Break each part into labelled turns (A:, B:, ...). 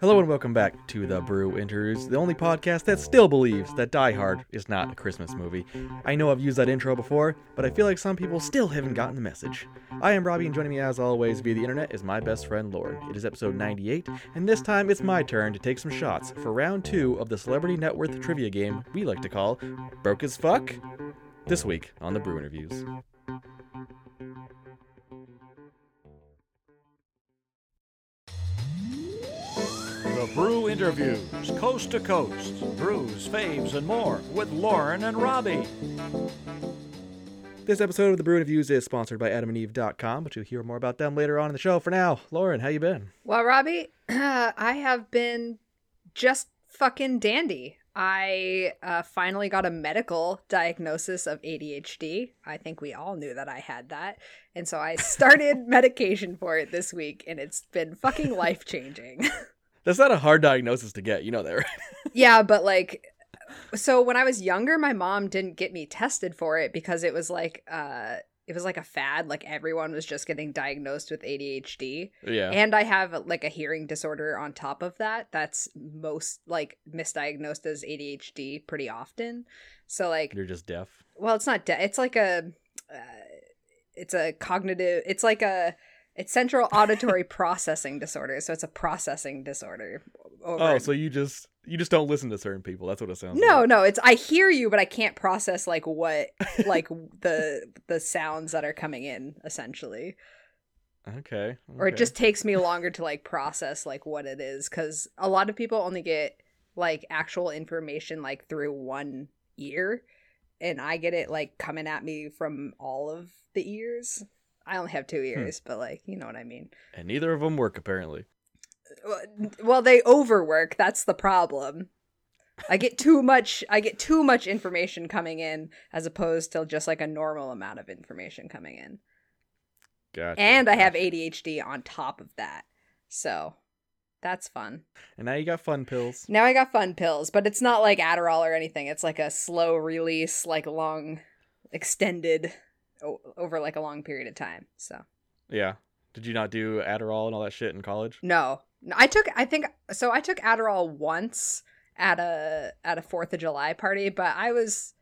A: Hello and welcome back to the Brew Interviews, the only podcast that still believes that Die Hard is not a Christmas movie. I know I've used that intro before, but I feel like some people still haven't gotten the message. I am Robbie, and joining me as always via the internet is my best friend Lauren. It is episode 98, and this time it's my turn to take some shots for round two of the celebrity net worth trivia game we like to call Broke as Fuck. This week on the Brew Interviews.
B: The Brew Interviews, coast to coast, brews, faves, and more with Lauren and Robbie.
A: This episode of the Brew Interviews is sponsored by AdamAndEve.com, but you'll hear more about them later on in the show. For now, Lauren, how you been?
C: Well, Robbie, I have been just fucking dandy. I uh, finally got a medical diagnosis of ADHD. I think we all knew that I had that. And so I started medication for it this week, and it's been fucking life changing.
A: That's not a hard diagnosis to get. You know that, right?
C: yeah, but like, so when I was younger, my mom didn't get me tested for it because it was like, uh, it was like a fad. Like everyone was just getting diagnosed with ADHD.
A: Yeah.
C: and i have like a hearing disorder on top of that that's most like misdiagnosed as adhd pretty often so like
A: You're just deaf.
C: well it's not de- it's like a uh, it's a cognitive it's like a it's central auditory processing disorder so it's a processing disorder over
A: Oh, so you just you just don't listen to certain people. That's what it sounds
C: no
A: like.
C: no it's i hear you but i can't process like what like the the sounds that are coming in essentially
A: No. Okay.
C: or it
A: okay.
C: just takes me longer to like process like what it is because a lot of people only get like actual information like through one ear and i get it like coming at me from all of the ears i only have two
A: Hmm.
C: ears but like you know what i mean
A: and neither of them work apparently.
C: Well, n- well they overwork that's the problem i get too much i get too much information coming in as opposed to just like a normal amount of information coming in
A: Gotcha.
C: and i have
A: gotcha.
C: adhd on top of that so that's fun
A: And now you got fun pills.
C: Now I got fun pills, but it's not like Adderall or anything. It's like a slow release, like long, extended o- over like a long period of time. So
A: Yeah. Did you not do Adderall and all that shit in college?
C: no, No, I took I think so. I took Adderall once at a at a Fourth of July party, but I was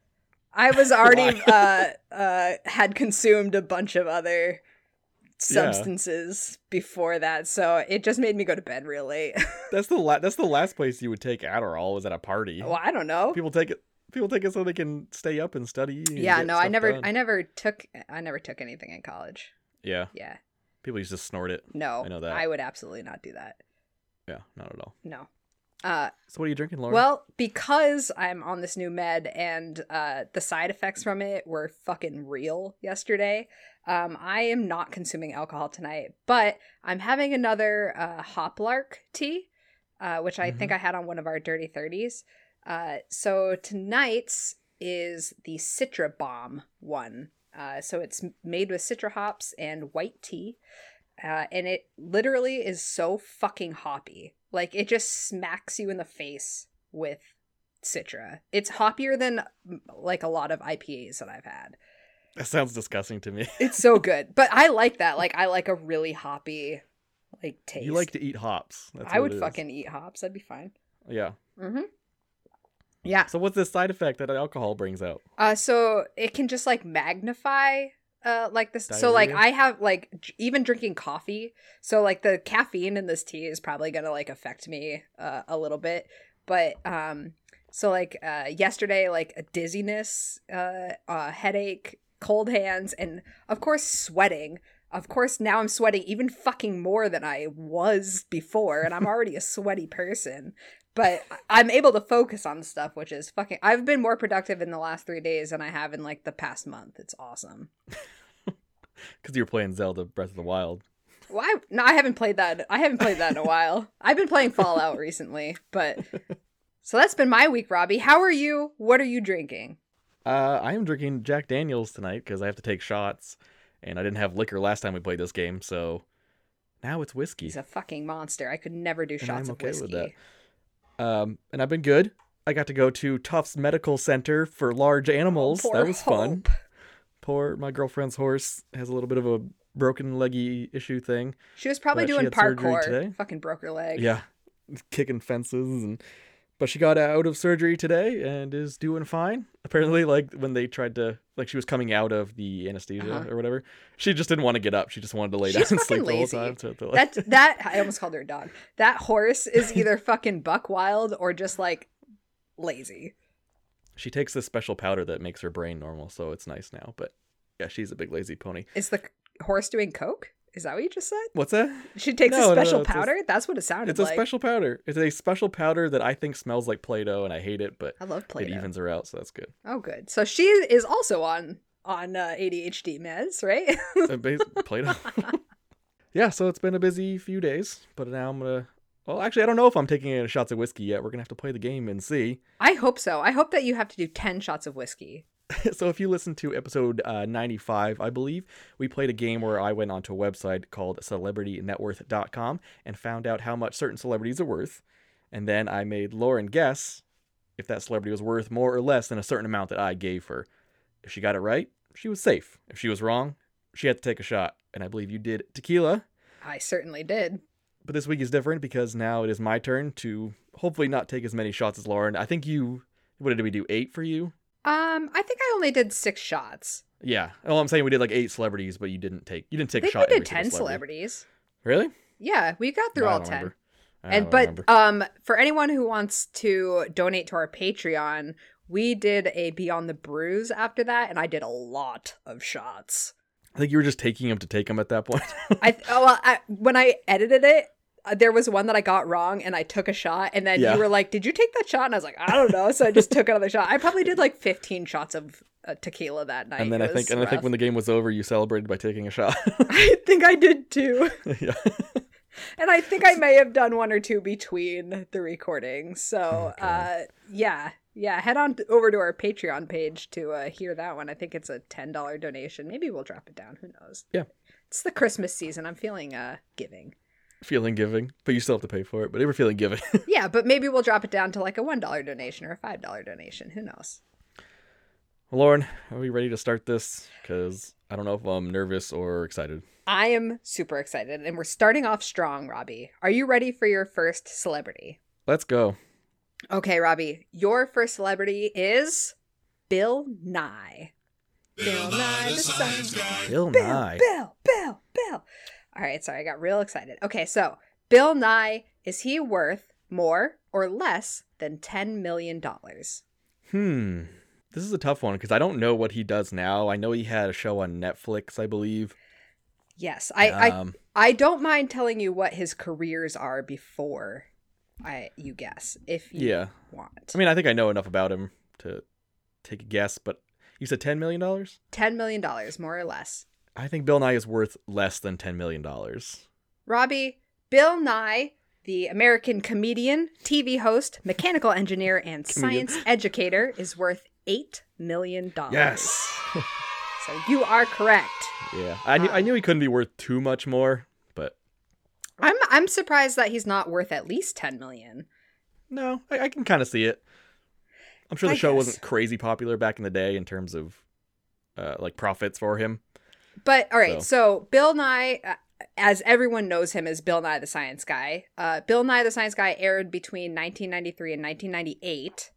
C: I was already uh, uh, had consumed a bunch of other substances before that, so it just made me go to bed real late.
A: That's the la- that's the last place you would take Adderall was at a party.
C: well, I don't know.
A: People take it. People take it so they can stay up and study. and
C: yeah
A: get
C: no i
A: stuff
C: never
A: done.
C: i never took i never took anything in college
A: Yeah.
C: yeah
A: People used to snort it.
C: no
A: I know that.
C: would absolutely not do that
A: Yeah. Not at all.
C: no uh
A: So what are you drinking, Lauren?
C: well because i'm on this new med and uh the side effects from it were fucking real yesterday um i am not consuming alcohol tonight but i'm having another uh hoplark tea uh which i
A: Mm-hmm.
C: think i had on one of our dirty 30s uh so tonight's is the Citra Bomb one. Uh, so it's m- made with Citra hops and white tea. Uh, and it literally is so fucking hoppy. Like it just smacks you in the face with Citra. It's hoppier than mm, like a lot of IPAs that I've had.
A: that sounds disgusting to me.
C: It's so good. But I like that. Like I like a really hoppy like taste.
A: You like to eat hops. That's
C: I
A: what
C: would
A: it is.
C: fucking eat hops. That'd be fine.
A: Yeah.
C: Mm-hmm. Yeah.
A: So what's this side effect that alcohol brings out?
C: Uh, so it can just like magnify, uh, like this. So like
A: Diarrhea?
C: I have like j- even drinking coffee. So like the caffeine in this tea is probably gonna like affect me uh, a little bit. But um, so like uh, yesterday, like a dizziness, uh, uh, headache, cold hands, and of course sweating. Of course, now I'm sweating even fucking more than I was before, and I'm already a sweaty person but I'm able to focus on stuff, which is fucking. I've been more productive in the last three days than I have in like the past month. It's awesome.
A: Because you're playing Zelda Breath of the Wild.
C: Well, I, no, I haven't played that. I haven't played that in a while. I've been playing Fallout recently, but so that's been my week, Robbie. How are you? What are you drinking?
A: Uh, I am drinking Jack Daniels tonight because I have to take shots, and I didn't have liquor last time we played this game, so now it's whiskey.
C: He's a fucking monster. I could never do
A: And
C: shots
A: I'm okay
C: of
A: with
C: whiskey.
A: that. Um, and I've been good. I got to go to Tufts Medical Center for large animals.
C: Poor
A: that was fun.
C: Hope.
A: Poor my girlfriend's horse has a little bit of a broken leggy issue thing.
C: She was probably
A: But she
C: doing
A: had surgery today.
C: parkour. Fucking broke her leg.
A: Yeah, kicking fences and but she got out of surgery today and is doing fine. Apparently, like when they tried to, like she was coming out of the anesthesia
C: Uh-huh.
A: or whatever, she just didn't want to get up. She just wanted to lay
C: She's
A: down and
C: fucking
A: sleep the whole
C: lazy.
A: time. So they're like,
C: That that I almost called her a dog. That horse is either fucking buck wild or just like lazy.
A: she takes this special powder that makes her brain normal, so it's nice now. But yeah, she's a big lazy pony.
C: Is the horse doing coke? Is that what you just said?
A: What's that?
C: She takes
A: No, no,
C: a
A: no,
C: special
A: it's a-
C: powder. That's what it sounded
A: It's a
C: like.
A: special powder. It's a special powder that I think smells like Play-Doh, and I hate it, but
C: I love
A: it
C: Play-Doh.
A: evens her out, so that's good.
C: Oh, good. So she is also on on uh, ADHD meds, right?
A: Uh, bas- Play-Doh. yeah, so it's been a busy few days, but now I'm gonna. Well, actually, I don't know if I'm taking any shots of whiskey yet. We're gonna have to play the game and see.
C: I hope so. I hope that you have to do ten shots of whiskey.
A: so if you listen to episode uh, 95 i believe we played a game where i went onto a website called celebritynetworth.com and found out how much certain celebrities are worth and then i made lauren guess if that celebrity was worth more or less than a certain amount that i gave her if she got it right she was safe if she was wrong she had to take a shot and i believe you did tequila
C: I certainly did.
A: but this week is different because now it is my turn to hopefully not take as many shots as lauren i think you what did we do eight for you
C: Um, I think I only did six shots.
A: Yeah. Well, I'm saying we did like eight celebrities, but you didn't take you didn't
C: I
A: take a
C: think
A: shot.
C: we did
A: every single
C: ten
A: celebrity.
C: celebrities.
A: Really?
C: Yeah, we got through
A: I
C: all
A: don't
C: ten.
A: remember. I
C: and
A: don't
C: but
A: remember.
C: um for anyone who wants to donate to our patreon we did a beyond the bruise after that and i did a lot of shots
A: I think you were just taking them to take them at that point.
C: i oh well, I, when i edited it uh, there was one that i got wrong and i took a shot and then
A: Yeah.
C: you were like did you take that shot and i was like i don't know so i just took another shot i probably did like 15 shots of uh, tequila that night
A: and then I think and I think when the game was over, you celebrated by taking a shot.
C: i think i did too
A: yeah.
C: and i think i may have done one or two between the recordings so
A: Okay.
C: uh yeah yeah head on over to our patreon page to uh hear that one i think it's a $10 donation maybe we'll drop it down who knows
A: Yeah.
C: it's the christmas season i'm feeling uh giving
A: Feeling giving, but you still have to pay for it. But you were feeling giving.
C: yeah but maybe we'll drop it down to like a $1 donation or a $5 donation who knows
A: Lauren, are we ready to start this? Because I don't know if I'm nervous or excited.
C: i am super excited and we're starting off strong robbie are you ready for your first celebrity
A: Let's go.
C: okay robbie your first celebrity is bill nye bill nye the science guy
A: Bill
C: Bill,
A: Nye.
C: Bill, Bill, Bill. All right, sorry, I got real excited. Okay, so Bill Nye, is he worth more or less than $10 million?
A: Hmm. This is a tough one because I don't know what he does now. I know he had a show on Netflix, I believe.
C: Yes, I, I,
A: um,
C: I don't mind telling you what his careers are before I you guess, if you
A: yeah.
C: want.
A: I mean, I think I know enough about him to take a guess, but you said ten million dollars.
C: $10 million, more or less.
A: I think Bill Nye is worth less than ten million dollars.
C: Robbie, Bill Nye, the American comedian, TV host, mechanical engineer, and
A: Comedian.
C: science educator, is worth $8 million.
A: Yes.
C: So you are correct.
A: yeah, I knew I knew he couldn't be worth too much more, but
C: I'm I'm surprised that he's not worth at least 10 million.
A: no, I, I can kind of see it. I'm sure the
C: I
A: show
C: guess.
A: wasn't crazy popular back in the day in terms of uh, like profits for him.
C: But
A: So-
C: all right, so, Bill Nye uh, as everyone knows him as Bill Nye the Science Guy. Uh, Bill Nye the Science Guy aired between 1993 and 1998,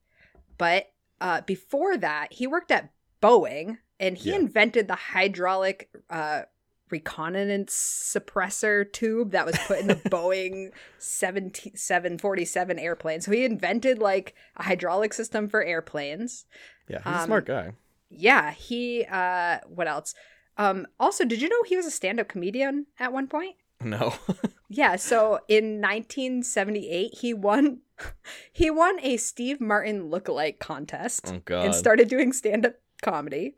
C: but uh, before that, he worked at Boeing and he
A: Yeah.
C: invented the hydraulic uh, reconnaissance suppressor tube that was put in the Boeing 17, 747 airplane. So he invented like a hydraulic system for airplanes.
A: Yeah, he's a
C: Um,
A: smart guy.
C: Yeah, he uh what else? Um also, did you know he was a stand-up comedian at one point?
A: No,
C: Yeah, so in 1978 he won he won a Steve Martin lookalike contest
A: oh god,
C: and started doing stand-up comedy.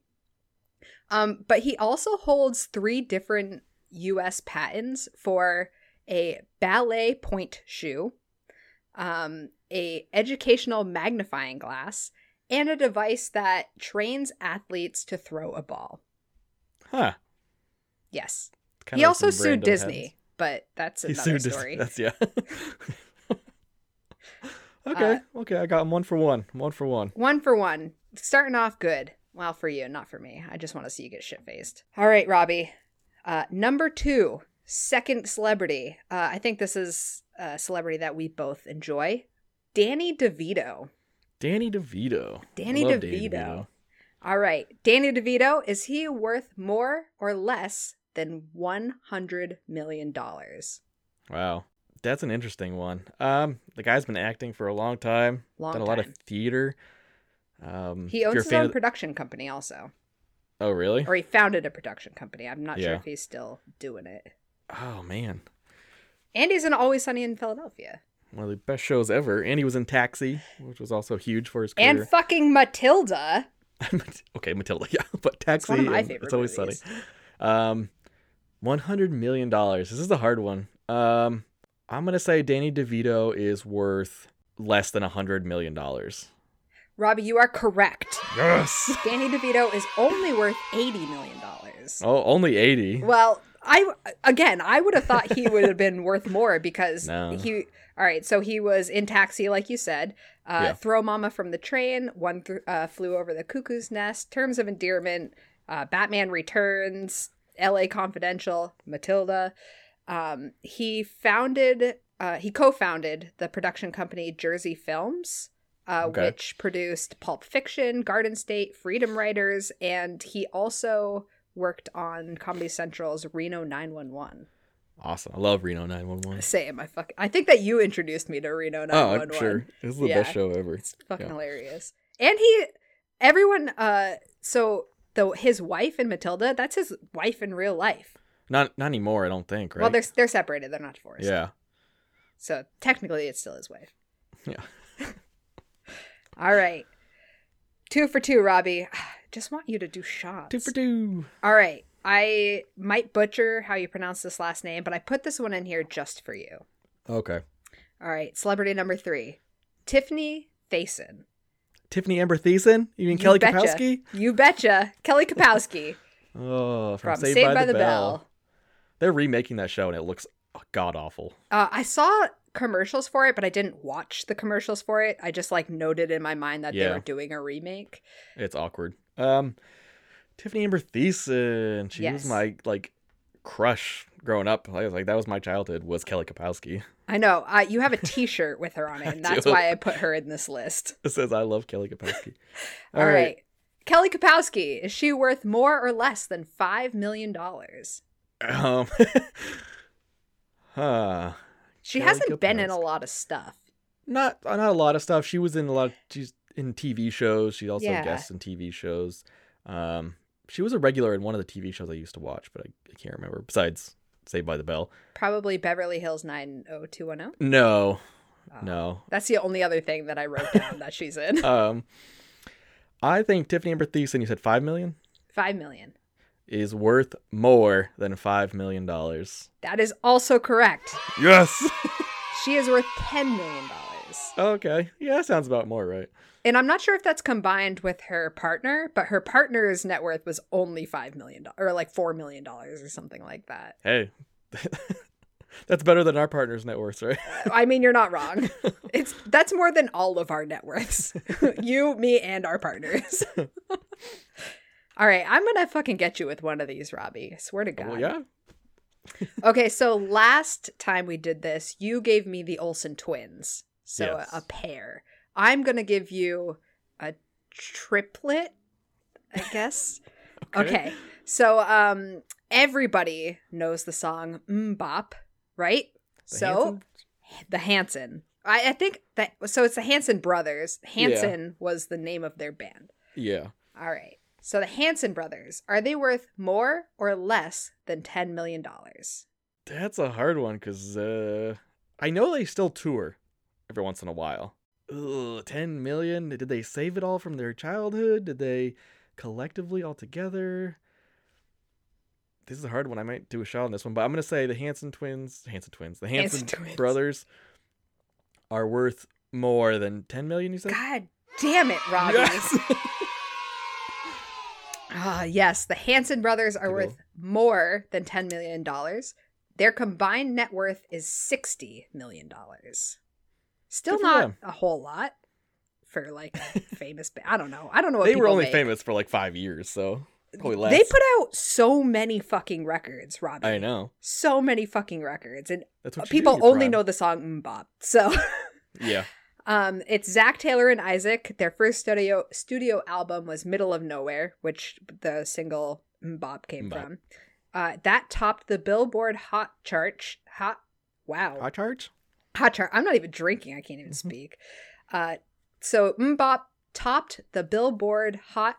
C: Um but he also holds 3 different US patents for a ballet point shoe, um a educational magnifying glass, and a device that trains athletes to throw a ball.
A: huh?
C: Yes.
A: Kinda
C: he
A: like
C: also
A: some
C: sued
A: random
C: Disney,
A: heads.
C: but that's
A: He
C: another
A: sued Disney.
C: story.
A: That's yeah. okay,
C: Uh,
A: okay, I got him one for one. One for one.
C: One for one. Starting off good. Well, for you, not for me. I just want to see you get shit faced. All right, Robbie. Uh, number two Second celebrity. Uh, I think this is a celebrity that we both enjoy. Danny DeVito.
A: Danny DeVito.
C: Danny
A: I love
C: DeVito. All right. Danny DeVito, is he worth more or less than $100 million?
A: Wow. That's an interesting one. Um, the guy's been acting for a long time.
C: Long
A: done a lot
C: time.
A: of theater. Um,
C: He
A: if
C: owns
A: you're a
C: his
A: fan
C: own
A: of-
C: production company also.
A: oh, really?
C: Or he founded a production company. I'm not sure
A: Yeah.
C: if he's still doing it.
A: Oh man,
C: And he's in Always Sunny in Philadelphia.
A: one of the best shows ever. And he was in Taxi, which was also huge for his
C: And
A: career.
C: fucking Matilda.
A: okay, Matilda, yeah, but Taxi.
C: one of my
A: and
C: favorite
A: it's always
C: movies.
A: sunny. Um, one hundred million dollars. This is a hard one. Um, I'm gonna say Danny DeVito is worth less than a hundred million dollars.
C: Robbie, you are correct.
A: Yes.
C: Danny DeVito is only worth $80 million.
A: Oh, only eighty.
C: Well, I again, I would have thought he would have been worth more because
A: No.
C: he. All right, so he was in Taxi, like you said. Uh,
A: Yeah.
C: Throw Mama from the Train. One th- uh, flew over the cuckoo's nest. Terms of Endearment. Uh, Batman Returns. L.A. Confidential. Matilda. Um, he founded. Uh, he co-founded the production company Jersey Films. Uh,
A: Okay.
C: Which produced Pulp Fiction, Garden State, Freedom Riders, and he also worked on Comedy Central's Reno 911.
A: Awesome. I love Reno 911.
C: Same. I fuck. I think that you introduced me to Reno
A: Oh,
C: 911.
A: I'm sure. This is the
C: Yeah.
A: best show ever.
C: It's fucking
A: Yeah.
C: hilarious. And he, everyone. Uh, so the his wife and Matilda. That's his wife in real life.
A: Not not anymore, I don't think, right?
C: Well, they're they're separated. They're not divorced.
A: Yeah.
C: So technically, it's still his wife.
A: Yeah.
C: All right. Two for two, Robbie. Just want you to do shots.
A: Two for two.
C: All right. I might butcher how you pronounce this last name, but I put this one in here just for you.
A: Okay.
C: All right. Celebrity number three Tiffany Faison.
A: Tiffany Amber Thiessen? You mean
C: You
A: Kelly
C: betcha.
A: Kapowski?
C: You betcha. Kelly Kapowski
A: Oh, from,
C: from
A: Saved, by, the, Bell. They're remaking that show and it looks god awful.
C: Uh, I saw commercials for it, but I didn't watch the commercials for it. I just like noted in my mind that they
A: Yeah.
C: were doing a remake.
A: It's awkward. Um Tiffany Amber Thiessen, she
C: Yes.
A: was my like crush growing up. I was like that was my childhood was Kelly Kapowski.
C: I know. Uh, you have a t shirt with her on it, and
A: I
C: that's
A: do.
C: why I put her in this list.
A: It says I love Kelly Kapowski.
C: All right. Kelly Kapowski, is she worth more or less than $5 million?
A: Um Huh.
C: She
A: Kelly
C: hasn't been in a
A: Kapowski.
C: lot of stuff.
A: not uh, not a lot of stuff. She was in a lot. she's in TV shows. She also
C: Yeah.
A: guests in TV shows. Um, she was a regular in one of the TV shows I used to watch, but I, I can't remember. Besides Saved by the Bell.
C: Probably Beverly Hills 90210.
A: No,
C: Oh.
A: no.
C: That's the only other thing that I wrote down that she's in.
A: Um, I think Tiffany Amber Thiessen. You said five million
C: Five million.
A: is worth more than five million dollars.
C: That is also correct.
A: Yes.
C: She is worth ten million dollars.
A: okay. Yeah, that sounds about more right.
C: And I'm not sure if that's combined with her partner, but her partner's net worth was only five million dollars or like four million dollars or something like that.
A: Hey. That's better than our partners' net worths, right?
C: I mean, you're not wrong. It's that's more than all of our net worths. you, me, and our partners. all right, I'm gonna fucking get you with one of these, Robbie. I swear to God.
A: Oh, Well, yeah.
C: Okay, so last time we did this, you gave me the Olsen twins. So a-
A: Yes.
C: a, pair. I'm going to give you a triplet, I guess. okay. So um everybody knows the song Mbop, right?
A: The
C: so
A: Hanson-
C: the Hanson. I, I think that so it's the Hanson brothers. Hanson was the name of their band.
A: yeah.
C: All right. So the Hanson brothers, are they worth more or less than 10 million dollars?
A: That's a hard one because uh, I know they still tour every once in a while. Ugh, 10 million? Did they save it all from their childhood? Did they collectively all together? This is a hard one. I might do a shot on this one, but I'm going to say the Hanson twins, Hanson twins, the
C: Hanson
A: Hanson,
C: twins.
A: brothers are worth more than 10 million, you said?
C: God damn it, Robbie.
A: Yes!
C: Ah, yes, the Hanson brothers are
A: Cool.
C: worth more than $10 million. Their combined net worth is $60 million. Still
A: Good for
C: not
A: them.
C: a whole lot for like a famous ba- I don't know. I don't know what
A: they
C: people
A: were only
C: make.
A: famous for like five years, so Probably less.
C: They put out so many fucking records, Robbie.
A: I know.
C: So many fucking records, and
A: That's what you do
C: uh, people
A: in your
C: only
A: prime.
C: know the song "Bop." So,
A: Yeah.
C: um, it's Zach Taylor and Isaac. Their first studio studio album was "Middle of Nowhere," which the single "Bop" came
A: Mbop.
C: from. Uh, that topped the Billboard Hot chart. Hot, wow,
A: Hot charge.
C: hot chart. I'm not even drinking. I can't even speak. Uh, so Mbop topped the Billboard Hot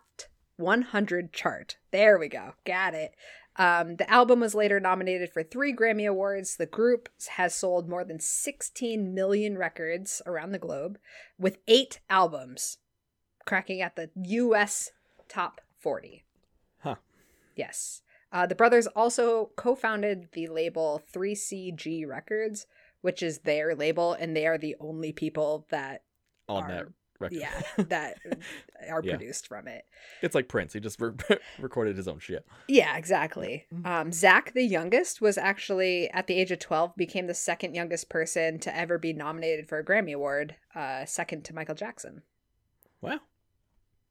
C: 100 chart. There we go. Got it. Um, the album was later nominated for three Grammy Awards. The group has sold more than 16 million records around the globe with eight albums, cracking at the US top 40.
A: Huh.
C: Yes. Uh, the brothers also co founded the label 3CG Records, which is their label, and they are the only people that
A: On
C: are-
A: that record.
C: yeah that are
A: Yeah.
C: produced from it.
A: It's like Prince. He just re- recorded his own shit.
C: Yeah, exactly.
A: Mhm.
C: Um, Zach, the youngest, was actually at the age of twelve became the second youngest person to ever be nominated for a Grammy Award, uh, second to Michael Jackson.
A: Wow.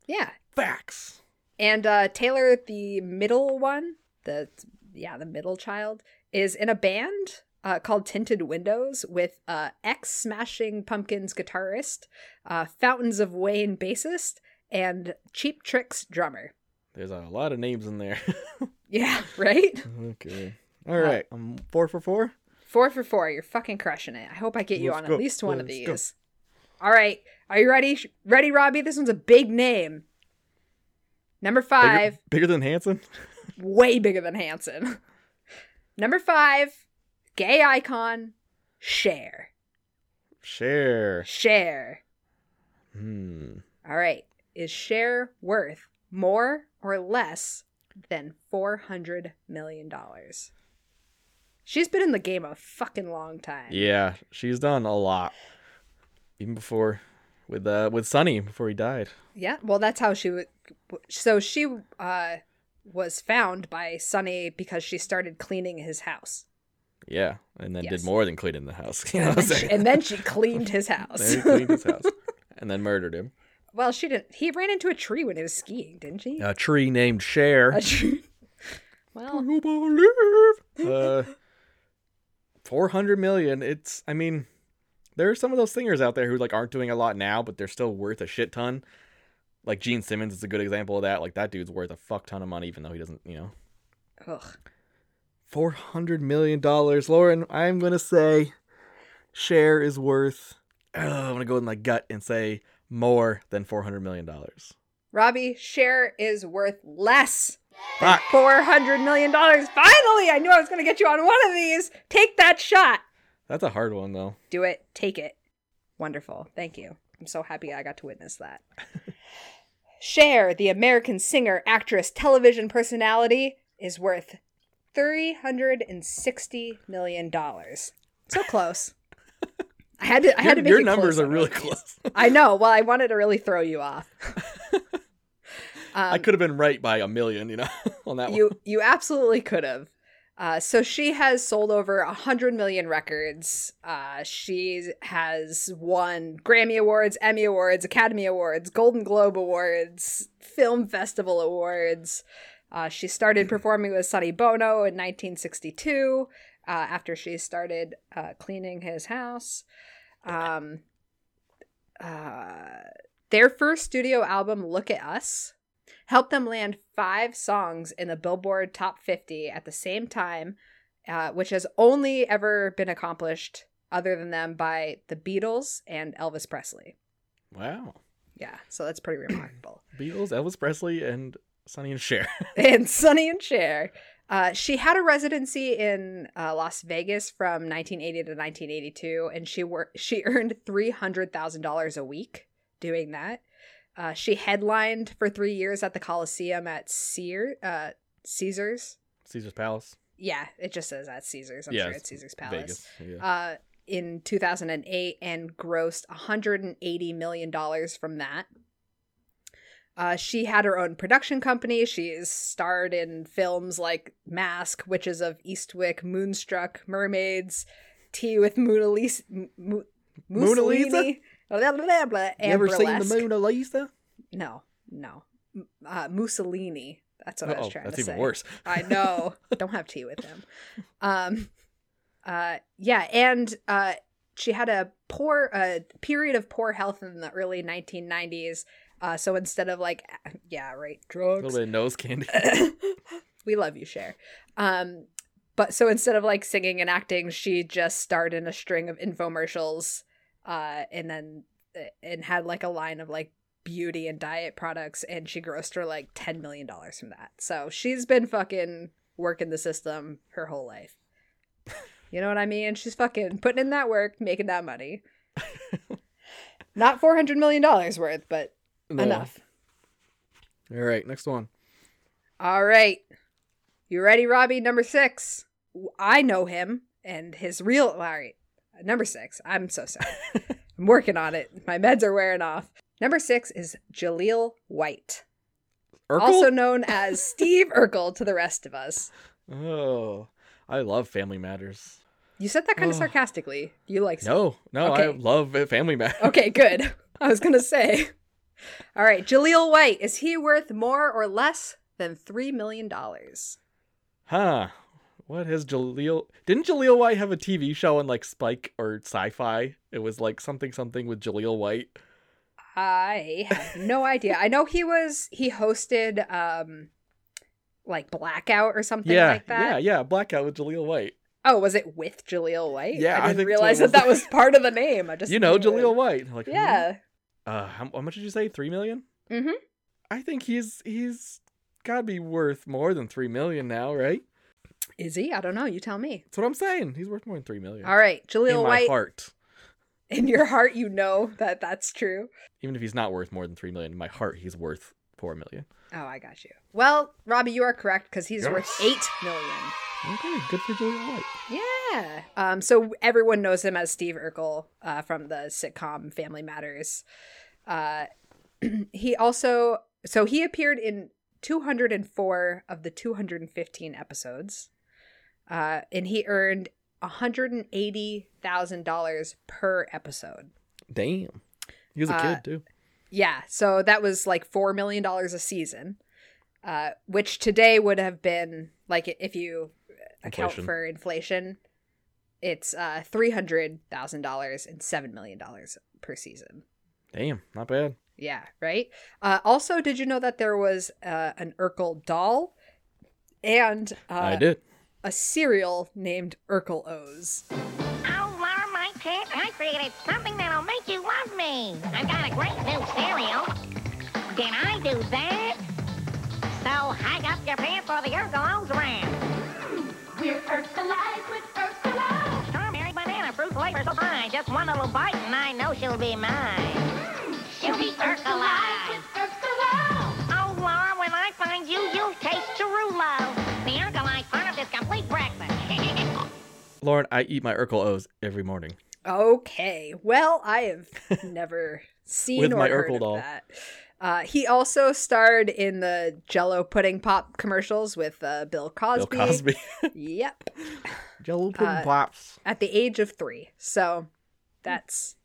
C: Yeah,
A: Facts.
C: and uh, Taylor, the middle one, the yeah, the middle child, is in a band uh, called Tinted Windows with uh, ex Smashing Pumpkins guitarist, uh, Fountains of Wayne bassist, and Cheap Tricks drummer.
A: There's a lot of names in there.
C: Yeah, right?
A: okay. All right. Um, four for four.
C: Four for four. You're fucking crushing it. I hope I get you
A: Let's
C: on
A: go.
C: at least one of
A: Let's go.
C: these. All right. Are you ready? Sh- Ready, Robbie? This one's a big name. Number five,
A: Bigger, bigger than Hanson.
C: way bigger than Hanson. Number five, gay icon, Cher.
A: Share.
C: Cher.
A: Hmm.
C: All right. Is Cher worth more or less than $400 million? She's been in the game a fucking long time.
A: Yeah, she's done a lot. Even before, with uh, with Sonny before he died.
C: Yeah, well, that's how she was. So she uh, was found by Sonny because she started cleaning his house.
A: Yeah, and then
C: Yes.
A: did more than cleaning the house. You know
C: And
A: what I'm
C: then she,
A: saying?
C: and then she cleaned his house.
A: Then he cleaned his house, and then murdered him.
C: well, she didn't. He ran into a tree when he was skiing, didn't she?
A: A tree named Cher.
C: A tree. Well,
A: You believe? Uh, four hundred million. It's. I mean, there are some of those singers out there who like aren't doing a lot now, but they're still worth a shit ton. Like Gene Simmons is a good example of that. Like that dude's worth a fuck ton of money, even though he doesn't. You know,
C: ugh.
A: four hundred million dollars. Lauren, I'm gonna say, Cher is worth. Oh, I'm gonna go with my gut and say more than four hundred million dollars.
C: Robbie Cher is worth less than
A: Fuck.
C: four hundred million dollars. Finally, I knew I was going to get you on one of these. Take that shot.
A: That's a hard one though.
C: Do it. Take it. Wonderful. Thank you. I'm so happy I got to witness that. Cher, the American singer, actress, television personality, is worth $360 million. So close. I had to I had
A: Your-
C: to make
A: your
C: it
A: numbers
C: close
A: are
C: on
A: really
C: all these.
A: close.
C: I know. Well, I wanted to really throw you off.
A: I could have been right by a million, you know, on that one.
C: Um, you you absolutely could have. Uh, so she has sold over a hundred million records. Uh, she has won Grammy awards, Emmy awards, Academy awards, Golden Globe awards, film festival awards. Uh, she started performing with Sonny Bono in 1962 uh, after she started uh, cleaning his house. Um, uh, their first studio album, Look at Us, helped them land five songs in the Billboard Top 50 at the same time, uh, which has only ever been accomplished other than them by the Beatles and Elvis Presley.
A: Wow.
C: Yeah, so that's pretty remarkable.
A: Beatles, Elvis Presley, and Sonny and Cher.
C: and Sonny and Cher. Uh, she had a residency in uh, Las Vegas from 1980 to 1982, and she wor- she earned three hundred thousand dollars a week doing that. Uh, she headlined for three years at the Coliseum at Sear, uh, Caesars.
A: Caesar's Palace.
C: Yeah, it just says at Caesars. I'm
A: Yeah,
C: sure
A: it's
C: it's Caesars Palace.
A: Vegas. Yeah.
C: Uh, in 2008 and grossed 180 million dollars from that. Uh, she had her own production company. She's starred in films like Mask, Witches of Eastwick, Moonstruck, Mermaids, Tea with Mona Lisa, M- Mu-
A: Mona Lisa?
C: Mussolini, blah, blah, blah, blah,
A: you
C: and
A: ever seen
C: Burlesque.
A: the Mona Lisa?
C: No, no. M- Uh, Mussolini That's what I was
A: Uh-oh,
C: trying
A: that's
C: to
A: even
C: say.
A: worse.
C: I know. Don't have tea with him. Um, uh, yeah, and uh, she had a poor uh, period of poor health in the early 1990s. Uh, so instead of like, yeah, right,
A: A
C: drugs.
A: little bit of nose candy.
C: we love you, Cher. Um, but so instead of like singing and acting, she just starred in a string of infomercials, uh, and then and had like a line of like beauty and diet products, and she grossed her like ten million dollars from that. So she's been fucking working the system her whole life. You know what I mean? She's fucking putting in that work, making that money. Not four hundred million dollars worth, but
A: No.
C: enough.
A: All right, next one.
C: All right. You ready, Robbie? Number six. I know him and his real. All right. Number six. I'm so sorry. I'm working on it. My meds are wearing off. Number six is Jaleel White,
A: Urkel?
C: also known as Steve Urkel to the rest of us.
A: oh, I love Family Matters.
C: You said that kind of
A: Ugh.
C: sarcastically. You like
A: No, no, I
C: Okay. Oh.
A: love Family Matters.
C: Okay, good. I was going to say. All right. Jaleel White. Is he worth more or less than $3 million?
A: Huh. What has Jaleel? Didn't Jaleel White have a TV show on like Spike or Sci-Fi? It was like something something with Jaleel White.
C: I have no idea. I know he was he hosted um like Blackout or something
A: Yeah,
C: like that.
A: yeah, yeah. Blackout with Jaleel White.
C: Oh, was it with Jaleel White?
A: Yeah, I
C: I didn't
A: think so.
C: realize that that was part of the name. I just
A: you know
C: knew it.
A: Jaleel White. Like, hmm.
C: Yeah.
A: Uh, how, how much did you say? Three million?
C: Mhm.
A: I think he's he's got to be worth more than three million now, right?
C: Is he? I don't know. You tell me.
A: That's what I'm saying. He's worth more than three million.
C: All right,
A: In
C: Jaleel
A: my
C: White.
A: heart,
C: In your heart, you know that that's true.
A: even if he's not worth more than three million, in my heart, he's worth four million.
C: Oh, I got you. Well, Robbie, you are correct because he's
A: Yes.
C: worth eight million.
A: Okay, good for Jaleel White.
C: Yeah. Um, so everyone knows him as Steve Urkel uh, from the sitcom Family Matters. Uh, he also so he appeared in 204 of the 215 episodes, uh, and he earned 180 thousand dollars per episode.
A: Damn, he was a
C: Uh,
A: kid too.
C: Yeah, so that was like four million dollars a season, uh, which today would have been like if you account
A: Inflation.
C: for inflation, it's uh, three hundred thousand dollars and seven million dollars per season.
A: Damn, not bad.
C: Yeah, right. Uh, also, did you know that there was uh, an Urkel doll and
A: I
C: uh,
A: did.
C: a cereal named Urkel O's?
D: Oh, Mom, I can't. I created something that'll make you love me. I've got a great new cereal. Did I do that? So hike up your pants for the Urkelos round.
E: We're Ursula's with Ursula.
D: Strawberry banana fruit flavor surprise. Just one little bite and I know she'll be mine.
E: She'll be Ursula's with Ursula.
D: Oh, Laura, when I find you, you'll taste Cherulo. The Urkelite part of this complete breakfast.
A: Lauren, I eat my Urkel O's every morning.
C: Okay. Well, I have never seen
A: With
C: or
A: my
C: heard
A: Urkel
C: of
A: doll.
C: that. Uh, he also starred in the Jello pudding pop commercials with uh, Bill Cosby.
A: Bill Cosby,
C: yep.
A: Jello
C: pudding Uh,
A: pops.
C: At the age of three. So that's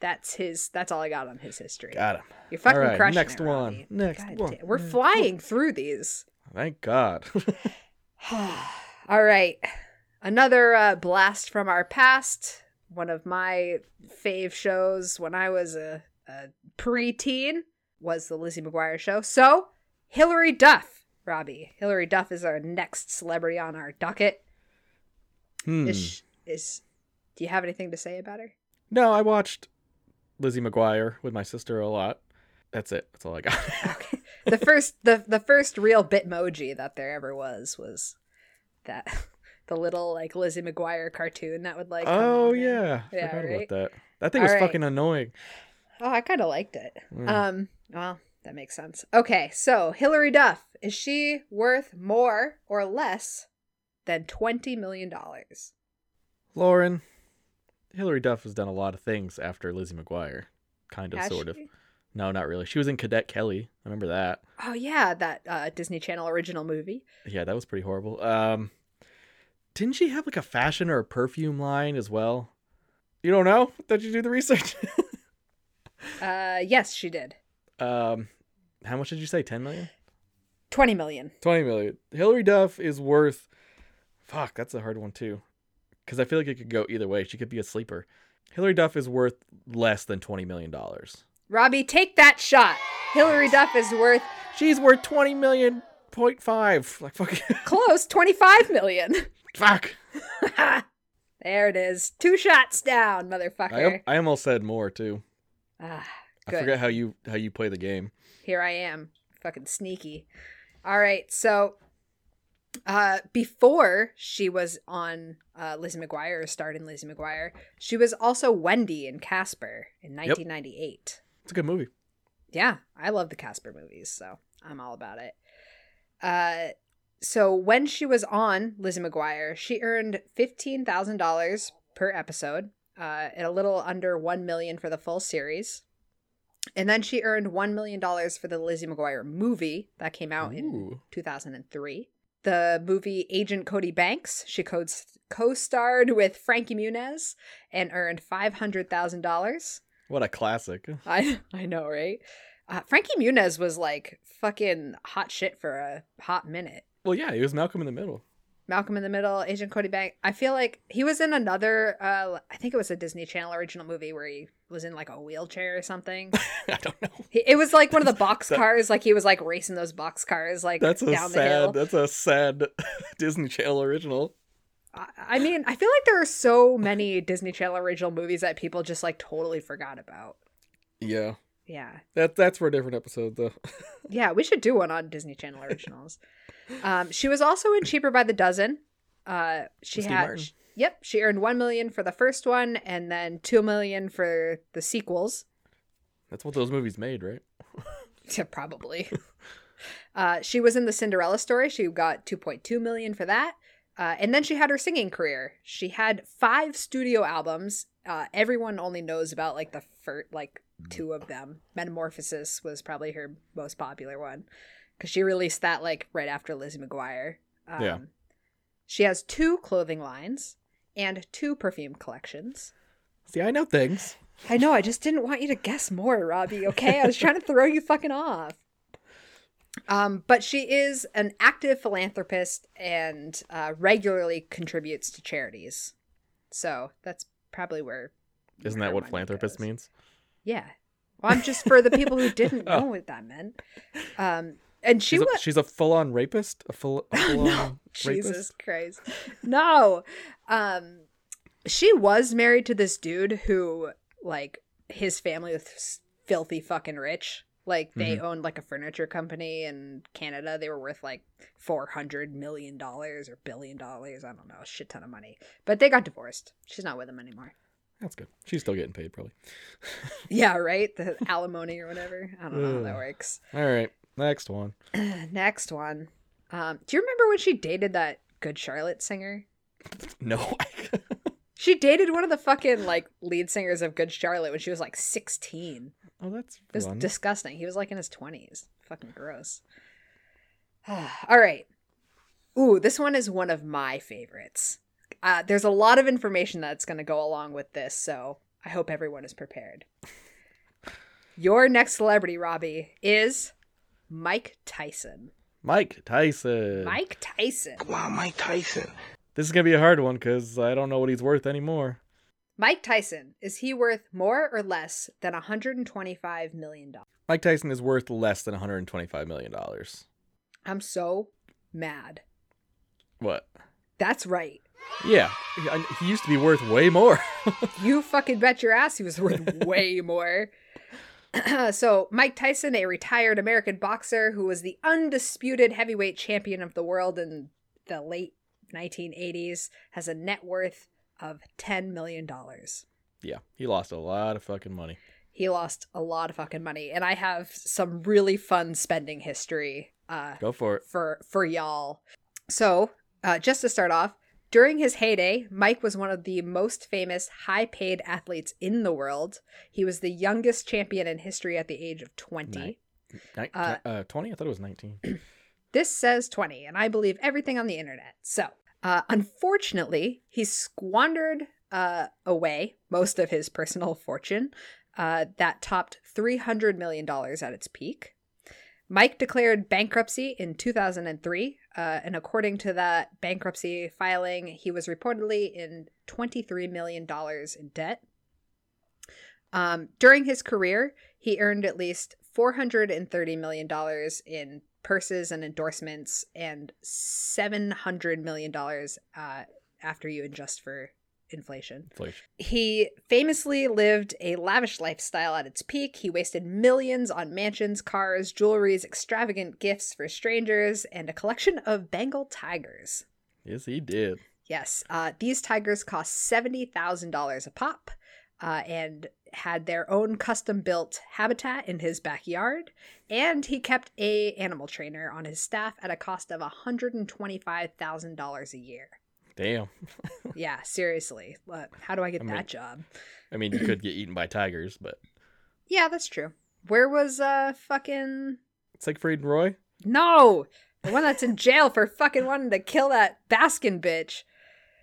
C: that's his. That's all I got on his history.
A: Got him.
C: You're fucking
A: All right,
C: crushing
A: next
C: it,
A: one.
C: Robbie.
A: Next
C: God
A: one.
C: damn- We're
A: Next
C: flying through these.
A: Thank God.
C: All right. Another uh, blast from our past. One of my fave shows when I was a, a preteen was the Lizzie McGuire show. So, Hillary Duff, Robbie. Hillary Duff is our next celebrity on our docket.
A: Hmm.
C: Is sh is do you have anything to say about her?
A: No, I watched Lizzie McGuire with my sister a lot. That's it. That's all I got.
C: Okay. the first the the first real bitmoji that there ever was was that the little like Lizzie McGuire cartoon that would like come
A: oh
C: on and-
A: yeah, I
C: Yeah,
A: forgot
C: right?
A: about that. That thing
C: All
A: was
C: right.
A: fucking annoying.
C: Oh, I kind of liked it.
A: Mm.
C: Um, well, that makes sense. Okay, so Hillary Duff is she worth more or less than twenty million dollars?
A: Lauren, Hillary Duff has done a lot of things after Lizzie McGuire, kind of,
C: Has
A: sort of.
C: she?
A: No, not really. She was in Cadet Kelly. I remember that.
C: Oh yeah, that uh, Disney Channel original movie.
A: Yeah, that was pretty horrible. Um, didn't she have like a fashion or a perfume line as well? You don't know? Did you do the research?
C: Uh, yes, she did.
A: um, how much did you say? Ten million?
C: 20 million.
A: 20 million. Hillary Duff is worth. Fuck, that's a hard one too. Because I feel like it could go either way. She could be a sleeper. Hillary Duff is worth less than $20 million.
C: Robbie, take that shot. Hillary Duff is worth
A: She's worth 20 million point five. Like, fuck.
C: close 25 million.
A: fuck.
C: there it is. Two shots down, motherfucker.
A: I, am, I almost said more too.
C: Ah,
A: I
C: Good.
A: forget how you how you play the game.
C: here I am, fucking sneaky. All right, so uh, before she was on uh, Lizzie McGuire, or starred in Lizzie McGuire, she was also Wendy in Casper in 1998.
A: It's a good movie.
C: Yeah, I love the Casper movies, so I'm all about it. Uh, so when she was on Lizzie McGuire, she earned fifteen thousand dollars per episode, uh, and a little under one million for the full series. And then she earned one million dollars for the Lizzie McGuire movie that came out in
A: Ooh.
C: 2003. The movie Agent Cody Banks, she co- co-starred with Frankie Muniz and earned five hundred thousand dollars.
A: What a classic.
C: I I know, right? Uh, Frankie Muniz was like fucking hot shit for a hot minute.
A: Well, yeah, he was Malcolm in the Middle.
C: Malcolm in the Middle, Agent Cody Bank. I feel like he was in another. Uh, I think it was a Disney Channel original movie where he was in like a wheelchair or something.
A: I don't know.
C: He, it was like one of the box
A: That-
C: cars. Like he was like racing those box cars like
A: That's a
C: down the hill.
A: sad. That's a sad Disney Channel original.
C: I I mean, I feel like there are so many Disney Channel original movies that people just like totally forgot about.
A: Yeah,
C: Yeah.
A: that that's for a different episode though.
C: Yeah, we should do one on Disney Channel originals. um, she was also in Cheaper by the Dozen. Uh, she
A: Steve
C: had,
A: Martin.
C: sh- yep, she earned one million for the first one, and then two million for the sequels,
A: That's what those movies made, right?
C: Yeah, probably. uh, she was in the Cinderella story. She got two point two million for that, uh, and then she had her singing career. She had five studio albums. Uh, everyone only knows about like the first, like two of them. Metamorphosis was probably her most popular one. because she released that like right after Lizzie McGuire. Um,
A: Yeah.
C: She has two clothing lines and two perfume collections.
A: See, I know things.
C: I know. I just didn't want you to guess more, Robbie. Okay, I was trying to throw you fucking off. Um, but she is an active philanthropist and uh, regularly contributes to charities. So that's probably where.
A: Isn't
C: where
A: that what
C: money
A: philanthropist
C: goes.
A: means?
C: Yeah. Well, I'm just for the people who didn't
A: Oh.
C: know what that meant. Um, and she
A: she's,
C: was
A: a, she's a full-on rapist. A full, a full-on
C: Jesus
A: rapist.
C: Christ. No. Um she was married to this dude who like his family was s- filthy fucking rich. Like they
A: Mm-hmm.
C: owned like a furniture company in Canada. They were worth like 400 million dollars or billion dollars, I don't know, a shit ton of money. But they got divorced. She's not with him anymore.
A: That's good. She's still getting paid, probably.
C: Yeah, right? The alimony or whatever. I don't know how that
A: Ugh.
C: works.
A: All right, next one.
C: Next one. Um do you remember when she dated that Good Charlotte singer?
A: No,
C: She dated one of the fucking like lead singers of Good Charlotte when she was like 16.
A: oh, that's
C: It was
A: fun.
C: disgusting. He was like in his 20s. Fucking gross. All right. Ooh, this one is one of my favorites. Uh, there's a lot of information that's going to go along with this, so I hope everyone is prepared. Your next celebrity, Robbie, is Mike Tyson.
A: Mike Tyson.
C: Mike Tyson.
F: Wow, Mike Tyson.
A: This is gonna be a hard one because I don't know what he's worth anymore.
C: Mike Tyson, is he worth more or less than $125 million?
A: Mike Tyson is worth less than 125 million dollars.
C: I'm so mad.
A: What?
C: That's right.
A: Yeah, he, I- he used to be worth way more.
C: You fucking bet your ass he was worth way more. so, Mike Tyson, a retired American boxer who was the undisputed heavyweight champion of the world in the late 1980s, has a net worth of $10 million.
A: yeah, he lost a lot of fucking money.
C: He lost a lot of fucking money, and I have some really fun spending history uh,
A: Go for it.
C: for for y'all. So, uh, just to start off, during his heyday, Mike was one of the most famous high-paid athletes in the world. He was the youngest champion in history at the age of 20.
A: Nice. Nin-
C: Uh,
A: uh, 20? I thought it was 19.
C: This says 20, and I believe everything on the internet. So, uh, unfortunately, he squandered uh, away most of his personal fortune uh, that topped $300 million at its peak. Mike declared bankruptcy in 2003, uh, and according to that bankruptcy filing, he was reportedly in $23 million in debt. Um, during his career, he earned at least $430 million in purses and endorsements and $700 million uh, after you adjust for inflation.
A: Inflation.
C: He famously lived a lavish lifestyle at its peak. He wasted millions on mansions, cars, jewelries, extravagant gifts for strangers, and a collection of Bengal tigers.
A: Yes, he did.
C: Yes, uh, these tigers cost $70,000 a pop uh, and had their own custom built habitat in his backyard. And he kept a animal trainer on his staff at a cost of $125,000 a year.
A: Damn.
C: Yeah, seriously. Uh, How do I get
A: I
C: that
A: mean-
C: job?
A: I mean, you could get eaten by tigers, but
C: Yeah, that's true. Where was uh fucking
A: Siegfried and Roy.
C: No the one that's in jail for fucking wanting to kill that Baskin bitch.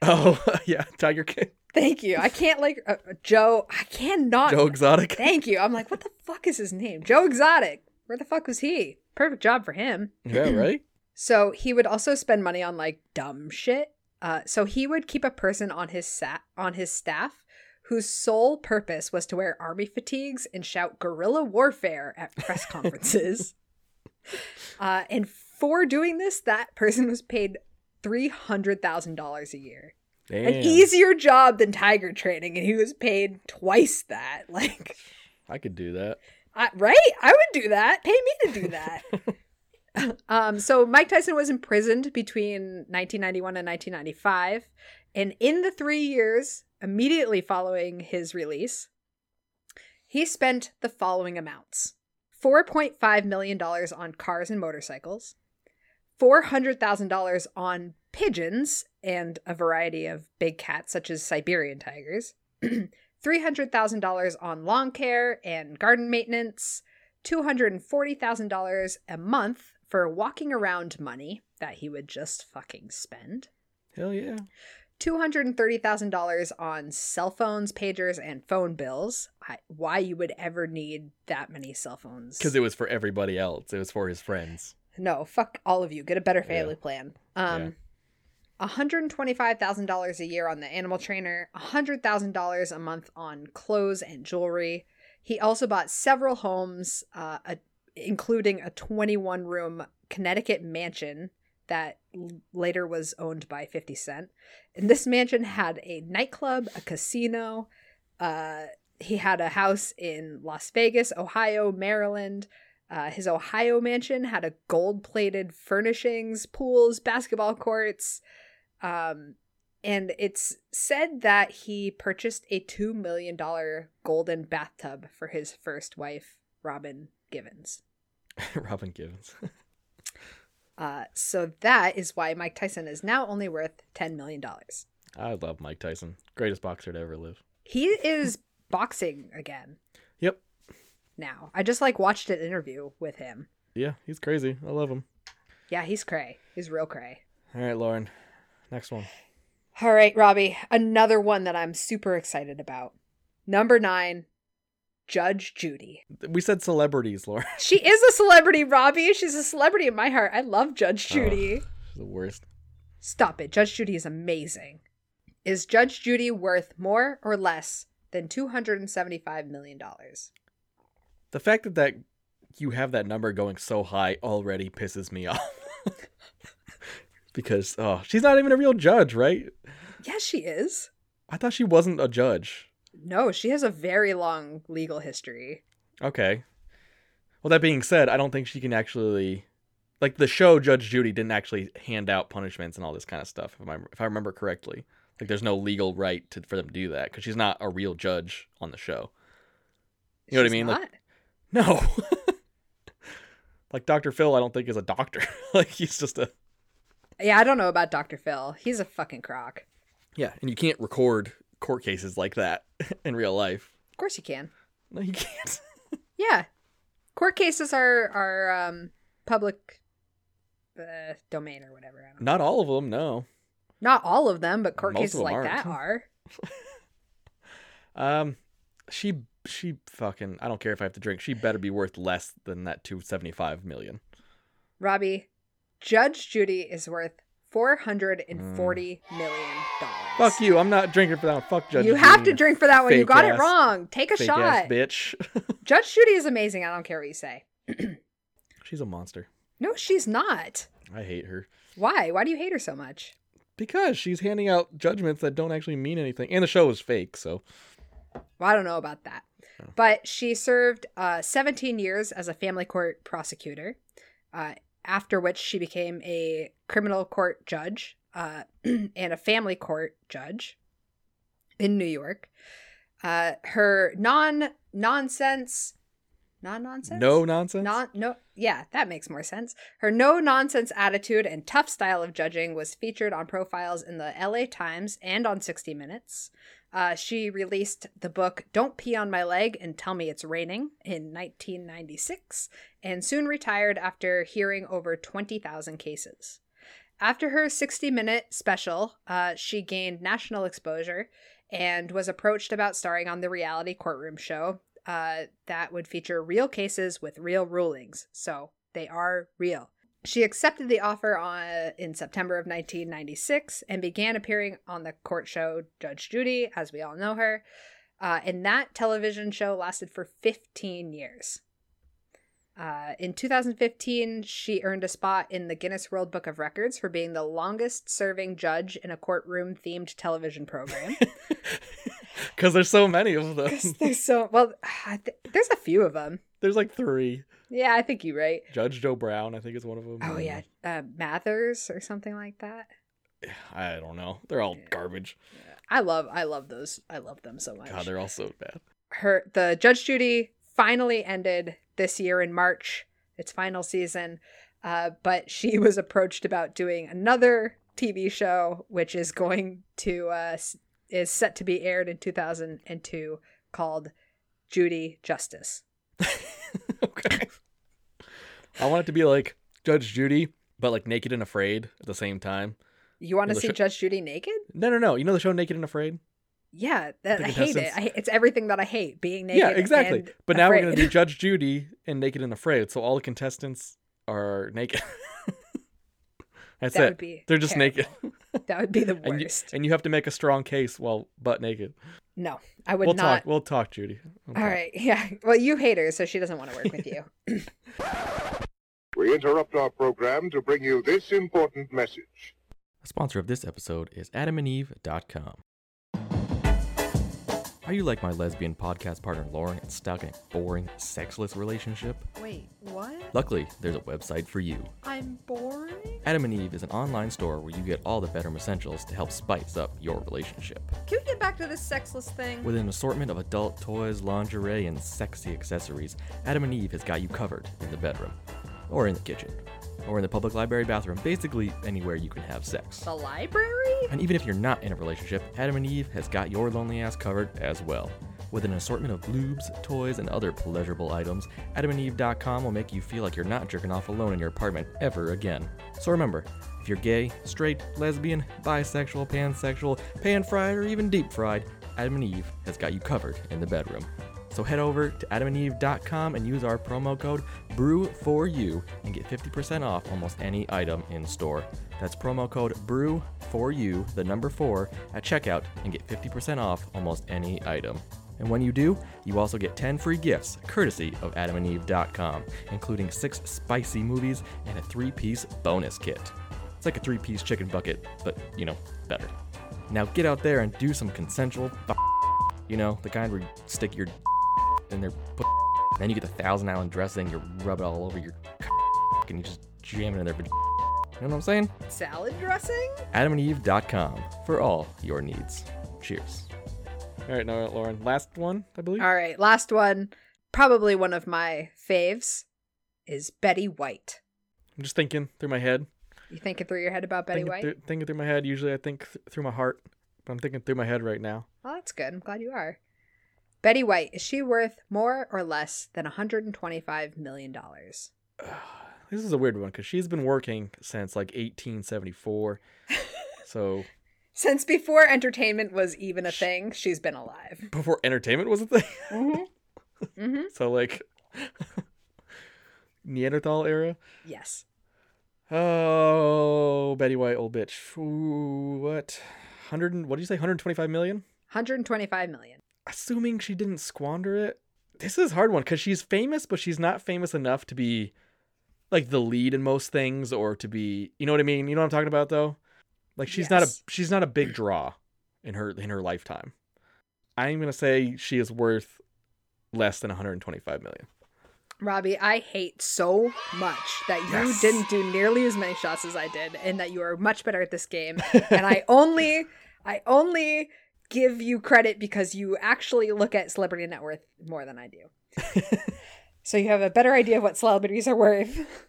A: Oh yeah, Tiger King.
C: Thank you. I can't like uh, Joe. I cannot.
A: Joe Exotic.
C: Thank you. I'm like, what the fuck is his name? Joe Exotic. Where the fuck was he? Perfect job for him.
A: Yeah, right.
C: So he would also spend money on like dumb shit. Uh, so he would keep a person on his sa- on his staff whose sole purpose was to wear army fatigues and shout guerrilla warfare at press conferences. uh, and for doing this, that person was paid three hundred thousand dollars a year,
A: Damn.
C: an easier job than tiger training, and he was paid twice that. Like.
A: I could do that.
C: I, right? I would do that. Pay me to do that. um, so Mike Tyson was imprisoned between 1991 and 1995, and in the three years immediately following his release, he spent the following amounts: 4.5 million dollars on cars and motorcycles, four hundred thousand dollars on pigeons and a variety of big cats such as Siberian tigers. $300,000 on lawn care and garden maintenance, $240,000 a month for walking around money that he would just fucking spend,
A: Hell yeah.
C: $230,000 on cell phones, pagers, and phone bills. I, why you would ever need that many cell phones?
A: Because it was for everybody else. It was for his friends.
C: No, fuck all of you. Get a better
A: Yeah.
C: family plan. Um, $125,000 a year on the animal trainer, $100,000 a month on clothes and jewelry. He also bought several homes, uh, a, including a 21 room Connecticut mansion that l- later was owned by 50 Cent. And this mansion had a nightclub, a casino. Uh, he had a house in Las Vegas, Ohio, Maryland. Uh, his Ohio mansion had a gold plated furnishings, pools, basketball courts. Um, and it's said that he purchased a $2 million golden bathtub for his first wife, Robin Givens.
A: Robin Givens.
C: Uh, so that is why Mike Tyson is now only worth $10 million.
A: I love Mike Tyson. Greatest boxer to ever live.
C: He is boxing again
A: Yep.
C: now. I just like watched an interview with him.
A: Yeah, he's crazy. I love him.
C: Yeah, he's cray. He's real cray.
A: All right, Lauren. Next one.
C: All right, Robbie, another one that I'm super excited about. Number nine, Judge Judy.
A: We said celebrities, Lauren.
C: She is a celebrity, Robbie. She's a celebrity in my heart. I love Judge
A: Oh.
C: Judy.
A: She's the worst.
C: Stop it. Judge Judy is amazing. Is Judge Judy worth more or less than $275 million?
A: The fact that that you have that number going so high already pisses me off. because oh, she's not even a real judge, right?
C: Yes, she is.
A: I thought she wasn't a judge.
C: No, she has a very long legal history.
A: Okay. Well, that being said, I don't think she can actually like the show Judge Judy didn't actually hand out punishments and all this kind of stuff if I if I remember correctly. Like there's no legal right to, for them to do that cuz she's not a real judge on the show. You know what I
C: She's
A: mean? Like-
C: not.
A: No. like Dr. Phil I don't think is a doctor. like he's just a
C: yeah, I don't know about Dr. Phil. He's a fucking crock.
A: Yeah, and you can't record court cases like that in real life.
C: Of course you can.
A: No, you can't.
C: Yeah. Court cases are are um public uh, domain or whatever. I don't know.
A: Not all of them, no.
C: Not all of them, but court
A: Most
C: cases
A: of them aren't.
C: like that are.
A: Um
G: She she fucking I don't care if I have to drink. She better be worth less than that 275 million.
C: Robbie, Judge Judy is worth four hundred and forty million dollars.
G: Fuck you. I'm not drinking for that. One. Fuck Judge.
C: You have to
G: Judy,
C: drink for that one. You
G: Fake
C: got it
G: ass-
C: wrong. Take a
G: Fake
C: shot.
G: ass bitch.
C: Judge Judy is amazing. I don't care what you say.
G: She's a monster.
C: No, she's not.
G: I hate her
C: Why? Why do you hate her so much?
G: because she's handing out judgments that don't actually mean anything, and the show is fake. So
C: Well, I don't know about that. But she served uh, 17 years as a family court prosecutor, uh, after which she became a criminal court judge uh, and a family court judge in New York. Uh, her non nonsense, non nonsense,
G: no nonsense.
C: Non no yeah, that makes more sense. Her no nonsense attitude and tough style of judging was featured on profiles in the LA Times and on 60 Minutes. Uh, she released the book Don't Pee on My Leg and Tell Me It's Raining in 1996 and soon retired after hearing over 20,000 cases. After her 60 minute special, uh, she gained national exposure and was approached about starring on the reality courtroom show uh, that would feature real cases with real rulings. So they are real. She accepted the offer on, in September of 1996 and began appearing on the court show Judge Judy, as we all know her. Uh, and that television show lasted for 15 years. Uh, in 2015, she earned a spot in the Guinness World Book of Records for being the longest serving judge in a courtroom themed television program.
G: Because there's so many of them.
C: Because there's so well, I th- there's a few of them.
G: There's like three.
C: Yeah, I think you're right.
G: Judge Joe Brown, I think is one of them.
C: Oh
G: and-
C: yeah, uh, Mathers or something like that.
G: I don't know. They're all garbage.
C: I love, I love those. I love them so much.
G: God, they're all so bad.
C: Her the Judge Judy finally ended this year in March. Its final season, uh, but she was approached about doing another TV show, which is going to uh, s- is set to be aired in 2002, called Judy Justice.
G: okay. I want it to be like Judge Judy, but like naked and afraid at the same time.
C: You want to
G: Well, the
C: see
G: sho-
C: Judge Judy naked?
G: No, no, no. You know the show Naked and Afraid?
C: Yeah, that,
G: The
C: I hate it.
G: contestants.
C: I, hate- it's everything that I hate: being naked.
G: yeah, exactly.
C: and
G: But now we're
C: afraid.
G: gonna do Judge Judy and Naked and Afraid, so all the contestants are naked. That's
C: That
G: it.
C: would be
G: They're just
C: terrible.
G: naked,
C: that would be the
G: and you,
C: worst.
G: and you have to make a strong case while butt naked.
C: no, I would
G: we'll
C: not.
G: talk. We'll talk, Judy. We'll
C: All
G: talk.
C: right, yeah. Well, you hate her, so she doesn't want to work with you.
F: We interrupt our program to bring you this important message.
A: A sponsor of this episode is adamandeve.com. Are you like my lesbian podcast partner Lauren and stuck in a boring, sexless relationship?
C: Wait, what?
A: Luckily, there's a website for you.
C: I'm boring.
A: Adam and Eve is an online store where you get all the bedroom essentials to help spice up your relationship.
C: Can we get back to this sexless thing?
A: With an assortment of adult toys, lingerie, and sexy accessories, Adam and Eve has got you covered in the bedroom, or in the kitchen, or in the public library bathroom, basically anywhere you can have sex.
C: the library?
A: And even if you're not in a relationship, Adam and Eve has got your lonely ass covered as well. With an assortment of lubes, toys, and other pleasurable items, adamandeve.com will make you feel like you're not jerking off alone in your apartment ever again. So remember, if you're gay, straight, lesbian, bisexual, pansexual, pan fried, or even deep fried, Adam and Eve has got you covered in the bedroom. So head over to adamandeve.com and use our promo code BREW4U and get 50% off almost any item in store. That's promo code BREW4U, the number 4, at checkout and get 50% off almost any item. And when you do, you also get 10 free gifts courtesy of adamandeve.com, including 6 spicy movies and a 3-piece bonus kit. It's like a 3-piece chicken bucket, but, you know, better. Now get out there and do some consensual you know, the kind where you stick your in their p- then you get the thousand island dressing, you rub it all over your c- and you just jam it in their vag- You know what I'm saying?
C: Salad dressing?
A: AdamandEve.com for all your needs. Cheers.
G: all right. Now, Lauren, last one, I believe.
C: All right, last one. Probably one of my faves is Betty White.
G: I'm just thinking through my head.
C: You thinking through your head about Betty
G: thinking
C: White?
G: Through, thinking through my head. Usually, I think th- through my heart, but I'm thinking through my head right now.
C: Well, that's good. I'm glad you are. Betty White, is she worth more or less than $125 million?
G: This is a weird one because she's been working since like 1874. so
C: Since before entertainment was even a thing, she's been alive.
G: Before entertainment was a thing.
C: hmm
G: so like Neanderthal era.
C: Yes.
G: Oh, Betty White, old bitch. Ooh, what? Hundred? and- What did you say? Hundred twenty-five million.
C: 125 million.
G: Assuming she didn't squander it. This is a hard one because she's famous, but she's not famous enough to be like the lead in most things, or to be. You know what I mean? You know what I'm talking about, though. Like she's not a
C: Yes.
G: she's not a big draw in her in her lifetime. I'm gonna say she is worth less than 125 million.
C: Robbie, I hate so much that you
G: Yes.
C: didn't do nearly as many shots as I did and that you are much better at this game. and I only I only give you credit because you actually look at celebrity net worth more than I do. so you have a better idea of what celebrities are worth.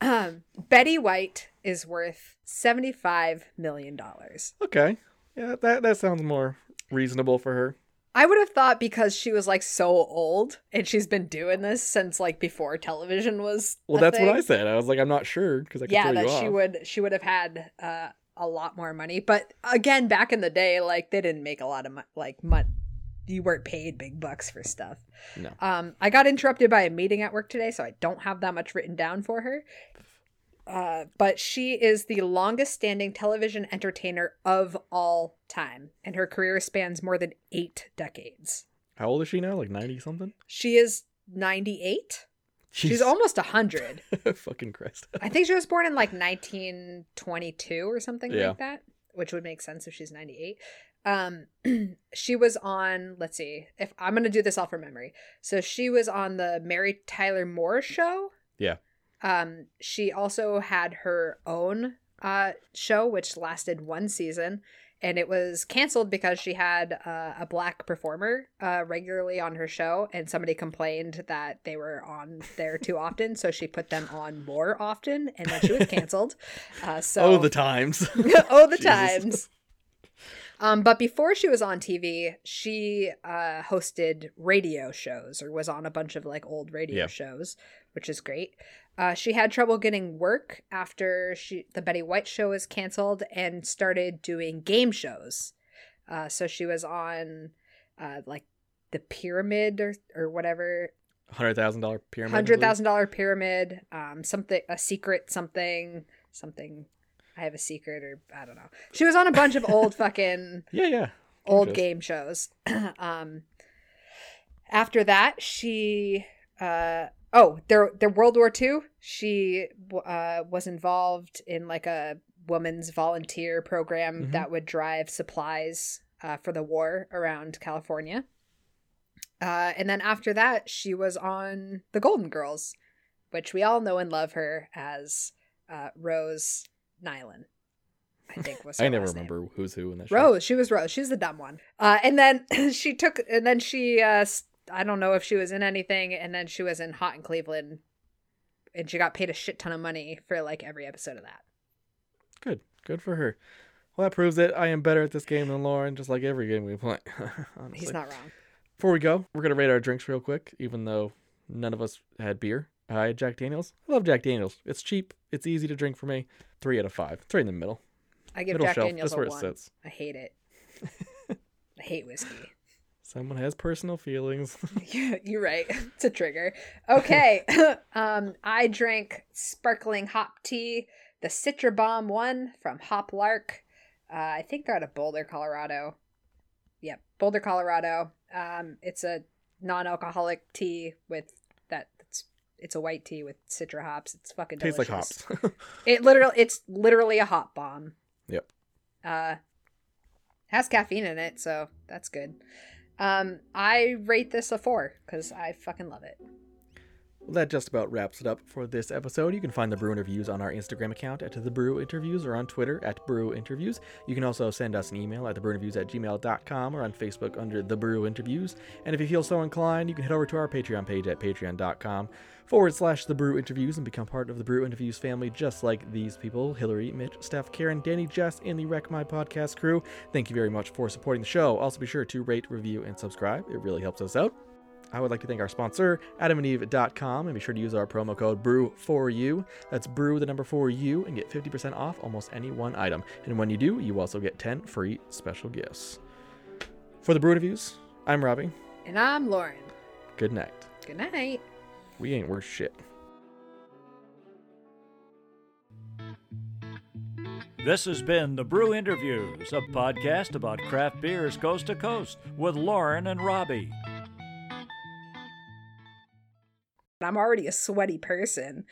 C: Um, Betty White is worth 75 million dollars.
G: Okay, yeah, that that sounds more reasonable for her.
C: I would have thought because she was like so old and she's been doing this since like before television was
G: Well,
C: a
G: that's
C: thing.
G: what I said. I was like, I'm not sure because I could
C: yeah
G: throw
C: that
G: you
C: she
G: off.
C: would she would have had uh, a lot more money but again back in the day like they didn't make a lot of mo- like money you weren't paid big bucks for stuff
G: No.
C: um i got interrupted by a meeting at work today so i don't have that much written down for her uh, but she is the longest standing television entertainer of all time and her career spans more than eight decades
G: How old is she now? Like 90 something.
C: she is 98 she's
G: Jeez.
C: almost 100
G: fucking Christ.
C: I think she was born in like 1922 or something
G: Yeah.
C: like that, which would make sense if she's 98. Um, she was on, let's see, if I'm going to do this all from memory. So she was on the Mary Tyler Moore show.
G: Yeah.
C: Um, she also had her own uh, show, which lasted one season, and it was canceled because she had uh, a black performer uh, regularly on her show, and somebody complained that they were on there too often, so she put them on more often, and then she was canceled. Uh, so
G: oh, the times.
C: oh the
G: Jesus.
C: times. Um, but before she was on TV, she uh, hosted radio shows or was on a bunch of like old radio
G: Yeah.
C: shows, which is great. Uh, she had trouble getting work after she the Betty White show was canceled and started doing game shows. Uh, so she was on uh, like the Pyramid or or whatever
G: Hundred thousand dollar pyramid. I
C: hundred
G: believe.
C: thousand dollar pyramid, um, something a secret something something. I have a secret, or I don't know. She was on a bunch of old fucking
G: Yeah, yeah.
C: old
G: shows.
C: game shows. um, after that, she uh, oh, there there World War II. She uh, was involved in like a woman's volunteer program
G: Mhm.
C: that would drive supplies uh, for the war around California. Uh, and then after that, she was on The Golden Girls, which we all know and love her as uh, Rose Nyland. I think was.
G: I
C: her
G: never
C: last name.
G: remember who's who in that show.
C: Rose. She was Rose. She was the dumb one. Uh, and then she took, and then she, uh, s- I don't know if she was in anything, and then she was in Hot in Cleveland, and she got paid a shit ton of money for like every episode of that.
G: Good, good for her. Well, that proves it. I am better at this game than Lauren, just like every game we play. Honestly.
C: He's not wrong.
G: Before we go, we're gonna rate our drinks real quick, even though none of us had beer. I had Jack Daniels. I love Jack Daniels. It's cheap. It's easy to drink for me. Three out of five. It's right in the middle.
C: I give
G: middle
C: Jack
G: shelf.
C: Daniels
G: That's
C: a
G: where it
C: one.
G: sits.
C: I hate it. I hate whiskey.
G: Someone has personal feelings.
C: Yeah, You're right. It's a trigger. Okay. um, I drank sparkling hop tea, the Citra Bomb one from Hop Lark. Uh, I think they're out of Boulder, Colorado. Yep, Boulder, Colorado. Um, it's a non-alcoholic tea with that. It's it's a white tea with Citra hops. It's fucking
G: Tastes like
C: delicious.
G: hops.
C: It literally, it's literally a hot bomb.
G: Yep.
C: Uh, has caffeine in it, so that's good. Um, I rate this a four because I fucking love it.
G: Well, that just about wraps it up for this episode. You can find the Brew Interviews on our Instagram account at The Brew Interviews or on Twitter at Brew Interviews. You can also send us an email at TheBrewInterviews at gmail.com or on Facebook under The Brew Interviews. And if you feel so inclined, you can head over to our Patreon page at patreon.com forward slash The Brew Interviews and become part of the Brew Interviews family just like these people Hillary, Mitch, Steph, Karen, Danny, Jess, and the Wreck My Podcast crew. Thank you very much for supporting the show. Also, be sure to rate, review, and subscribe. It really helps us out. I would like to thank our sponsor, adamandeve.com, and be sure to use our promo code BREW4U. That's BREW with the number 4U, and get 50% off almost any one item. And when you do, you also get 10 free special gifts. For the Brew Interviews, I'm Robbie.
C: And I'm Lauren.
G: Good night.
C: Good night.
G: We ain't worth shit.
B: This has been The Brew Interviews, a podcast about craft beers coast to coast with Lauren and Robbie.
C: I'm already a sweaty person.